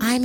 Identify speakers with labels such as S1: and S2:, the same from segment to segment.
S1: I'm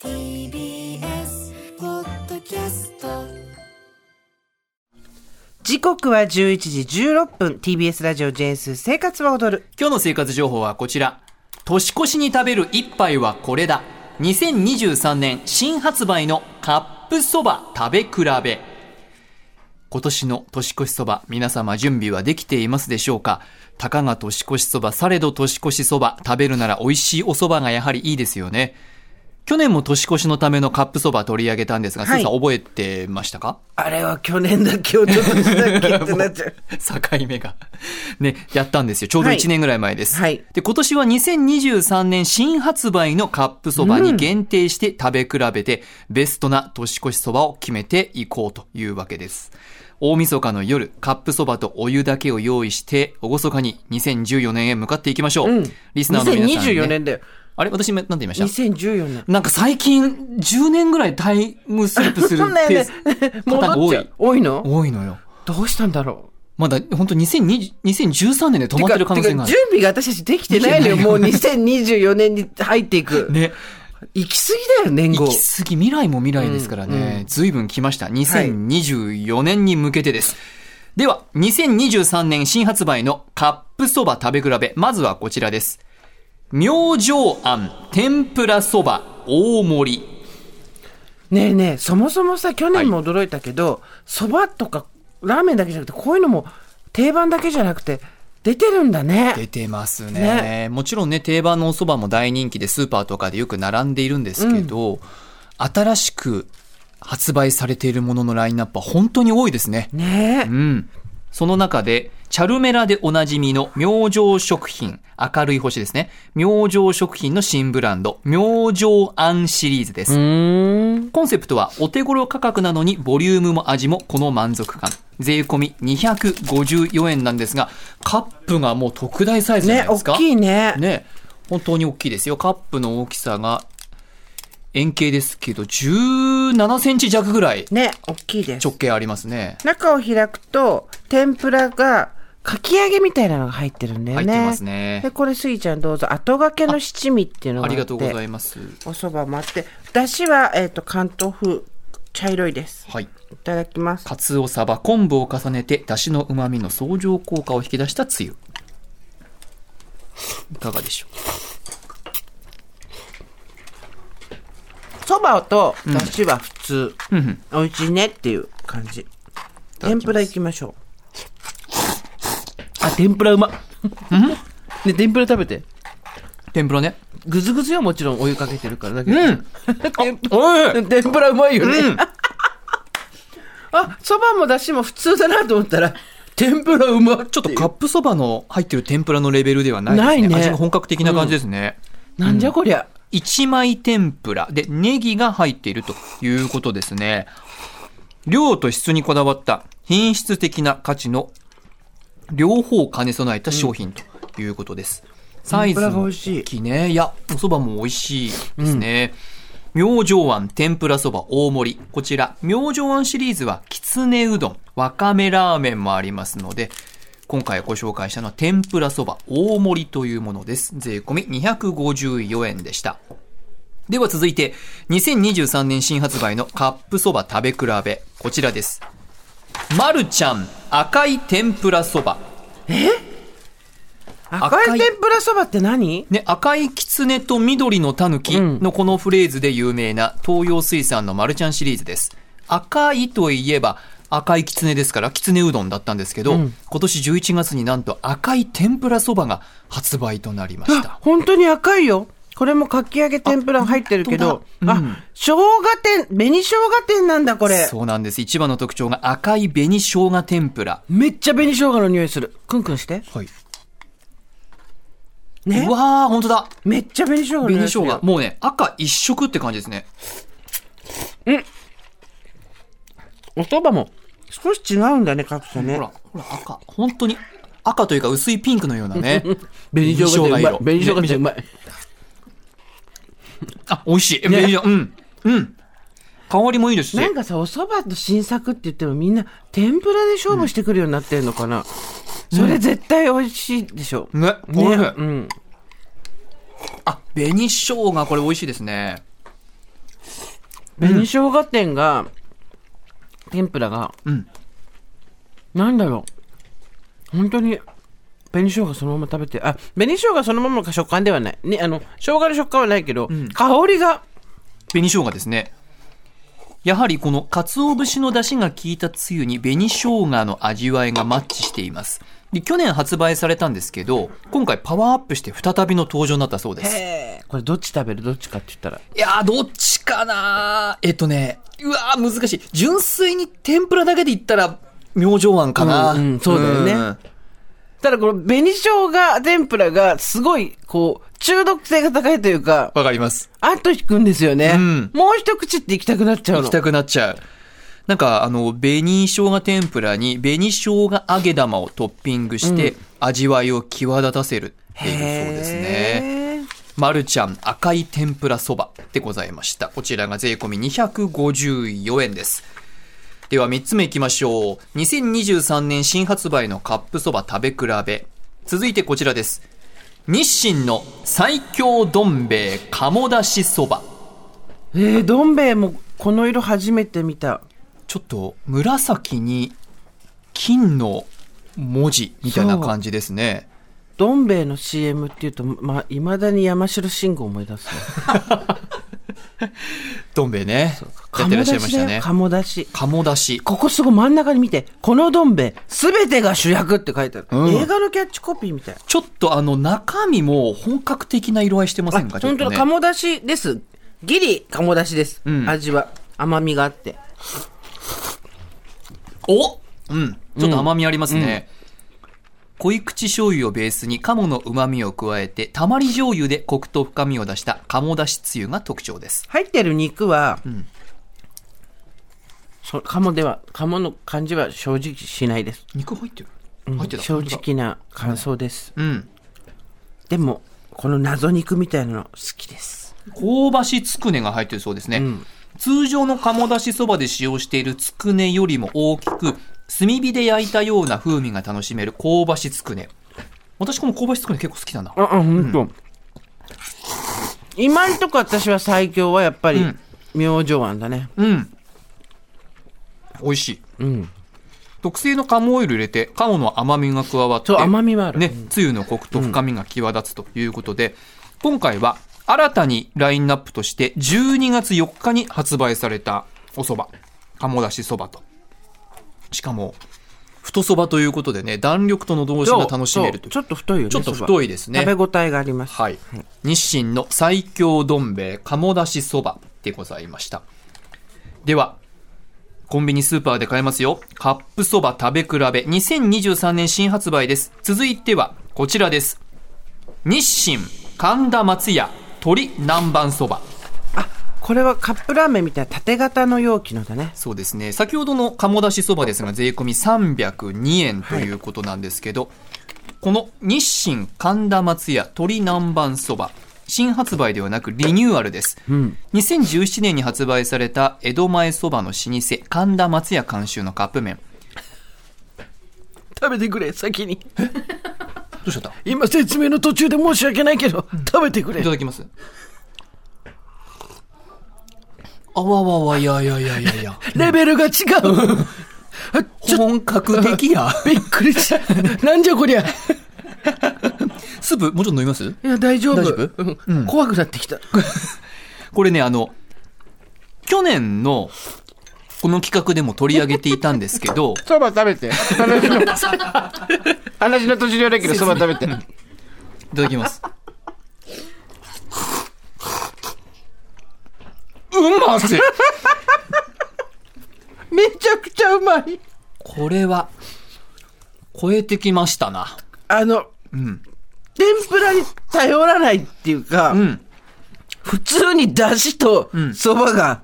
S2: TBS ポッドキャスト
S3: 時刻は11時16分 TBS ラジオ JS 生活は踊る
S4: 今日の生活情報はこちら年越しに食べる一杯はこれだ2023年新発売のカップそば食べ比べ今年の年越しそば皆様準備はできていますでしょうかたかが年越しそばされど年越しそば食べるなら美味しいおそばがやはりいいですよね去年も年越しのためのカップそば取り上げたんですが、
S3: はい
S4: スーさん覚えてましたか
S3: あれは去年だけをちょっとしたっけってなっちゃう
S4: 境目が。ね、やったんですよ。ちょうど
S3: はい
S4: 1年ぐらい前です。
S3: はい
S4: で、今年は2023年新発売のカップそばに限定して食べ比べて、ベストな年越しそばを決めていこうというわけです。大晦日の夜、カップそばとお湯だけを用意して、厳かに2014年へ向かっていきましょう。
S3: うん
S4: リスナーの皆さん、ね。
S3: 2024年だよ
S4: あれ私、なんて言いました
S3: 2014年
S4: なんか最近10年ぐらいタイムスリップする
S3: そんなよ
S4: ペー
S3: ね
S4: ス
S3: 戻
S4: パター
S3: っ
S4: ンが多
S3: ちゃ。
S4: いう
S3: 多いの
S4: 多いのよ。
S3: どうしたんだろ
S4: まだ本当2020 2013年で
S3: う
S4: 止まってる可能性
S3: て
S4: が
S3: か
S4: あ
S3: 準
S4: る。
S3: 備が私たちできてないのよ
S4: でき
S3: もう2024年に入っていく、
S4: ね、
S3: 行き過ぎだよ年
S4: 行
S3: 号
S4: き過ぎ未来も未来ですからね、随分来ました2024年に向けてです、では2023年新発売のカップそば食べ比べまずはこちらです明星庵天ぷらそば大盛り
S3: ねえねえそもそもさ去年も驚いたけどそば、とかラーメンだけじゃなくてこういうのも定番だけじゃなくて出てるんだね
S4: 出てますね
S3: ね
S4: もちろんね定番のおそばも大人気でスーパーとかでよく並んでいるんですけど、新しく発売されているもののラインナップは本当に多いですね
S3: ねえ
S4: うん。その中で、チャルメラでおなじみの明星食品、明るい星ですね。明星食品の新ブランド、明星あんシリーズです。コンセプトはお手頃価格なのにボリュームも味もこの満足感。税込み254円なんですが、カップがもう特大サイズじ
S3: ね
S4: ゃないで
S3: 大
S4: すか。
S3: きいね
S4: ね、本当に大きいですよ。カップの大きさが、円形ですけど、17センチ弱ぐらい
S3: ね大きいです
S4: 直径ありますね。
S3: 中を開くと天ぷらがかき揚げみたいなのが入ってるんだよね
S4: 入ってますね
S3: でこれスギちゃんどうぞ後掛けの七味っていうのが
S4: あ
S3: あっ
S4: り
S3: て
S4: がとうございます。
S3: お蕎麦もあってだしは、えっと関東風茶色いです
S4: はい。
S3: いただきます
S4: カツオサバ、昆布を重ねて、だしの旨味の相乗効果を引き出したつゆ。いかがでしょ
S3: そばとだしは普通、
S4: う。うんうん。
S3: 美味しいねっていう感じ
S4: だきます
S3: 天ぷらいきましょうあ天ぷらうまね天ぷら食べて
S4: 天ぷらね。
S3: ぐずぐずよもちろんお湯かけてるからだけ
S4: うん。
S3: 天ぷ
S4: おい
S3: 天ぷらうまいよね、
S4: うん。
S3: あそばもだしも普通だなと思ったら天ぷらうま
S4: ちょっとカップそばの入ってる天ぷらのレベルではないですね。
S3: ないね
S4: 味が本格的な感じですね。
S3: なんじゃこりゃ、
S4: 一枚天ぷらでネギが入っているということですね。量と質にこだわった品質的な価値の両方を兼ね備えた商品ということです。サイ
S3: 天
S4: ズ
S3: ぷらが
S4: も
S3: 美味しい
S4: 大きいね。いや、お蕎麦も美味しいですね。明星庵天ぷらそば大盛り。こちら、明星庵シリーズはきつねうどん、わかめラーメンもありますので、今回ご紹介したのは天ぷらそば大盛りというものです。税込み254円でした。では続いて、2023年新発売のカップそば食べ比べ。こちらです。まるちゃん赤い天ぷらそば。
S3: 赤い天ぷらそばって何
S4: ね、赤いキツネと緑のタヌキのこのフレーズで有名な東洋水産のマルちゃんシリーズです。赤いといえば赤いキツネですからキツネうどんだったんですけど、今年11月になんと赤い天ぷらそばが発売となりました。
S3: 本当に赤いよこれもかき揚げ天ぷら入ってるけどあ,、
S4: あ本当だうん
S3: 生姜店紅生姜店なんだこれ
S4: そうなんです。一番の特徴が赤い紅生姜天ぷら。
S3: めっちゃ紅生姜の匂いするクンクンして
S4: はい。
S3: ね
S4: うわー、本当だ。
S3: めっちゃ紅生姜の匂
S4: 紅
S3: い
S4: 生
S3: する
S4: 姜
S3: よ。
S4: もうね、赤一色って感じですね。
S3: お蕎麦も少し違うんだね、各社ね
S4: ほ。ら、ほら、赤。本当に赤というか薄いピンクのようなね。
S5: 紅生姜ってうまい。
S4: 紅
S5: 紅
S4: 生姜色
S5: 生姜ってうまい。
S4: あ、美味しい。紅生姜うん。うん。香りもいいですし。
S3: なんかさ、お蕎麦と新作って言ってもみんな天ぷらで勝負してくるようになってんのかな。それ絶対美味しいでしょ。
S4: ね、美味しい。
S3: うん。
S4: あ、紅生姜、これ美味しいですね。
S3: 紅生姜店が、天ぷらが、
S4: うん
S3: なんだろう。本当に、紅生姜そのまま食べて、あ、紅生姜そのままの食感ではない。ね、あの、生姜の食感はないけど、香りが、
S4: 紅生姜ですね。やはりこの鰹節の出汁が効いたつゆに紅生姜の味わいがマッチしています。で去年発売されたんですけど、今回パワーアップして再びの登場になったそうです。
S3: これどっち食べるどっちかって言ったら。
S4: いやー、どっちかなーえっとね、うわー、難しい。純粋に天ぷらだけで言ったら、明星庵かな、
S3: うんうんそうだよねただこの紅生姜天ぷらがすごい、こう、中毒性が高いというか、
S4: わかります。
S3: あと引くんですよね。
S4: うん
S3: もう一口って行きたくなっちゃうの。
S4: 行きたくなっちゃう。なんか、あの、紅生姜天ぷらに紅生姜揚げ玉をトッピングして、味わいを際立たせるっていうそうですね。
S3: へー
S4: まるちゃん赤い天ぷらそばでございました。こちらが税込み254円です。では3つ目いきましょう。2023年新発売のカップそば食べ比べ。続いてこちらです。日清の最強どん兵衛鴨だしそば。
S3: えー、どん兵衛もこの色初めて見た。
S4: ちょっと紫に金の文字みたいな感じですね。
S3: どん兵衛の CM っていうと、まあ、いまだに山城信号思い出すね。
S4: どん兵衛ね。やってらっしゃいましたね。
S3: 鴨出しだよ。鴨出し。
S4: 鴨だし。
S3: ここすごい真ん中に見て、このどん兵衛、すべてが主役って書いてある、
S4: うん
S3: 映画のキャッチコピーみたい。
S4: ちょっとあの中身も本格的な色合いしてませんかちょっ
S3: 本
S4: と
S3: 当だ、
S4: ね。
S3: 鴨出しです。ギリ鴨出しです。
S4: ん
S3: 味は。甘みがあって。
S4: おうん。ちょっと甘みありますね。濃い口醤油をベースに鴨の旨味を加えて、たまり醤油でコクと深みを出した鴨だしつゆが特徴です。
S3: 入ってる肉は、そう鴨では、鴨の感じは正直しないです。
S4: 肉入ってる
S3: うん
S4: 入ってた。
S3: 正直な感想です。
S4: うん。
S3: でも、この謎肉みたいなの好きです。
S4: 香ばしつくねが入ってるそうですね、通常の鴨だしそばで使用しているつくねよりも大きく炭火で焼いたような風味が楽しめる香ばしつくね私この香ばしつくね結構好きだな
S3: あ、あ、ほんと。今んとこ私は最強はやっぱり、
S4: うん
S3: 明星庵だね。
S4: うん美味しい、
S3: ん
S4: 特製の鴨オイル入れて鴨の甘みが加わって
S3: そう、甘みはある。
S4: ね、つゆのコクと深みが際立つということで、今回は新たにラインナップとして12月4日に発売されたお蕎麦鴨だし蕎麦としかも太蕎麦ということでね弾力との同時
S3: そう
S4: が楽しめると
S3: そうちょ
S4: いう
S3: っと太いよね。
S4: ちょっと太いですね
S3: そば食べ応えがあります。
S4: はい、日清の最強どん兵衛鴨だしそばでございましたではコンビニスーパーで買えますよカップそば食べ比べ2023年新発売です続いてはこちらです日清神田松屋鶏南蛮そば
S3: これはカップラーメンみたいな縦型の容器のだね。
S4: そうですね先ほどの鴨だしそばですが税込み302円ということなんですけど、この日清神田松屋鶏南蛮そば新発売ではなくリニューアルです、2017年に発売された江戸前そばの老舗神田松屋監修のカップ麺
S5: 食べてくれ、先に。
S4: どうしちゃった
S5: 今説明の途中で申し訳ないけど、食べてくれ
S4: いた。だきますあわわわいやいやいやいやい や
S5: レベルが違う。
S4: 本格的や
S5: びっく りした。なんじゃこりゃ。
S4: スープもうちょっと飲みます
S5: いや、大丈夫。
S4: 大丈夫
S5: うん怖くなってきた。
S4: これね、あの、去年の、この企画でも取り上げていたんですけど、
S3: そば食べて。話 の、話の途中だけどそば食べて。
S4: いただきます。うまし
S3: めちゃくちゃうまい。
S4: これは、超えてきましたな。
S3: あの、
S4: ん
S3: 天ぷらに頼らないっていうか、
S4: うん。
S3: 普通に出汁とそばが、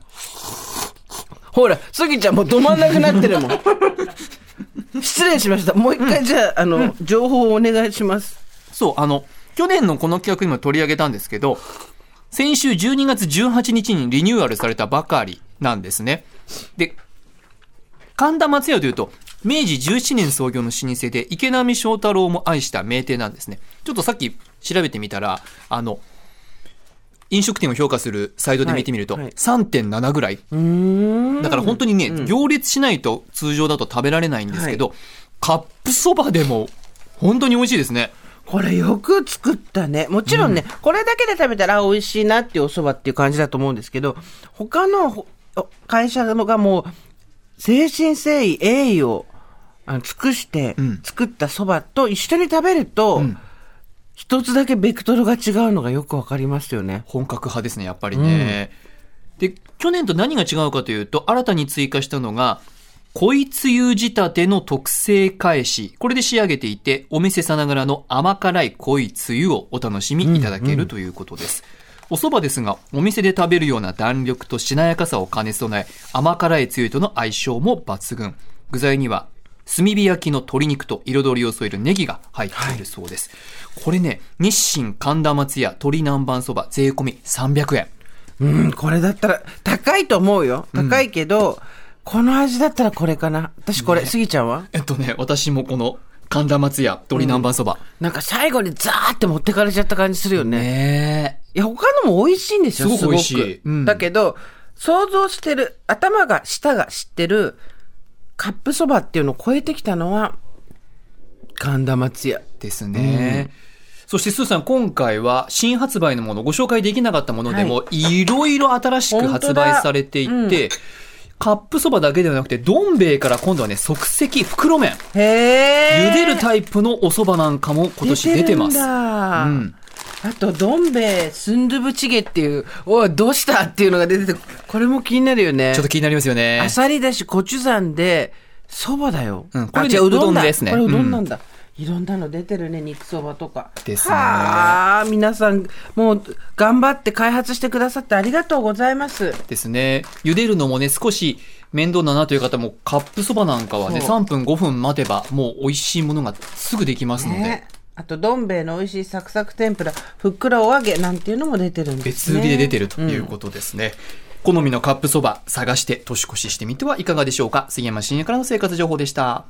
S5: ほら、
S3: スギちゃんもう止まんなくなってるもん。 失礼しました。もう一回じゃあ、あの、情報をお願いします。
S4: そう、あの、去年のこの企画にも取り上げたんですけど、先週12月18日にリニューアルされたばかりなんですね。で、神田松屋というと、明治17年創業の老舗で、池波正太郎も愛した名店なんですね。ちょっとさっき調べてみたら、あの、飲食店を評価するサイトで見てみると、
S3: はいはい
S4: 3.7ぐらい。だから本当にね、行列しないと通常だと食べられないんですけど、カップそばでも本当に美味しいですね。
S3: これよく作ったね。もちろんね、これだけで食べたらあ美味しいなっていうお蕎麦っていう感じだと思うんですけど、他のほお会社のがもう、精神誠意、栄誉をあの尽くして
S4: ん
S3: 作った蕎麦と一緒に食べると、一つだけベクトルが違うのがよくわかりますよね。
S4: 本格派ですね、やっぱりね。で、去年と何が違うかというと、新たに追加したのが、濃いつゆ仕立ての特製返し。これで仕上げていて、お店さながらの甘辛い濃いつゆをお楽しみいただけるということです。お蕎麦ですが、お店で食べるような弾力としなやかさを兼ね備え、甘辛いつゆとの相性も抜群。具材には、炭火焼きの鶏肉と彩りを添えるネギが入っているそうです。これね、日清神田松屋鶏南蛮そば税込み300円。
S3: うん、これだったら、高いと思うよ。高いけど、この味だったらこれかな。私これ、スギちゃんは
S4: えっとね、私もこの神田松屋鶏南蛮そば。
S3: なんか最後にザーって持ってかれちゃった感じするよね。
S4: ねえ
S3: いや、他のも美味しいんですよ、
S4: すごく
S3: すごく。
S4: 美味しいうん
S3: だけど、想像してる、頭が、舌が知ってる、カップそばっていうのを超えてきたのは、神田松屋。
S4: ですね。そしてスーさん、今回は新発売のもの、ご紹介できなかったものでも、い、ろいろ新しく発売されていて、
S3: 本当だ
S4: カップそばだけではなくて、どん兵衛から今度はね、即席袋麺、
S3: へえ。
S4: 茹でるタイプのお蕎麦なんかも今年出てます。
S3: 出るんだ
S4: うん
S3: あと、どん兵衛、スンドゥブチゲっていう、おい、どうしたっていうのが出てて、これも気になるよね。
S4: ちょっと気になりますよね。
S3: あさりだし、コチュジャンで、そばだよ。
S4: うんこれ
S3: あ
S4: ね
S3: 違うどんだ
S4: うどんですね
S3: これうどんなんだ。いろんなの出てるね、肉そばとか。
S4: ですね
S3: はあ、皆さん、もう、頑張って開発してくださってありがとうございます。
S4: ですね。茹でるのもね、少し面倒だなという方も、カップそばなんかはね、
S3: そう
S4: 3分5分待てば、もう美味しいものがすぐできますので、
S3: ね、あと、どん兵衛の美味しいサクサク天ぷら、ふっくらお揚げなんていうのも出てるんです、
S4: 別
S3: ね。
S4: 売りで出てるということですね。好みのカップそば探して年越ししてみてはいかがでしょうか杉山深也からの生活情報でした。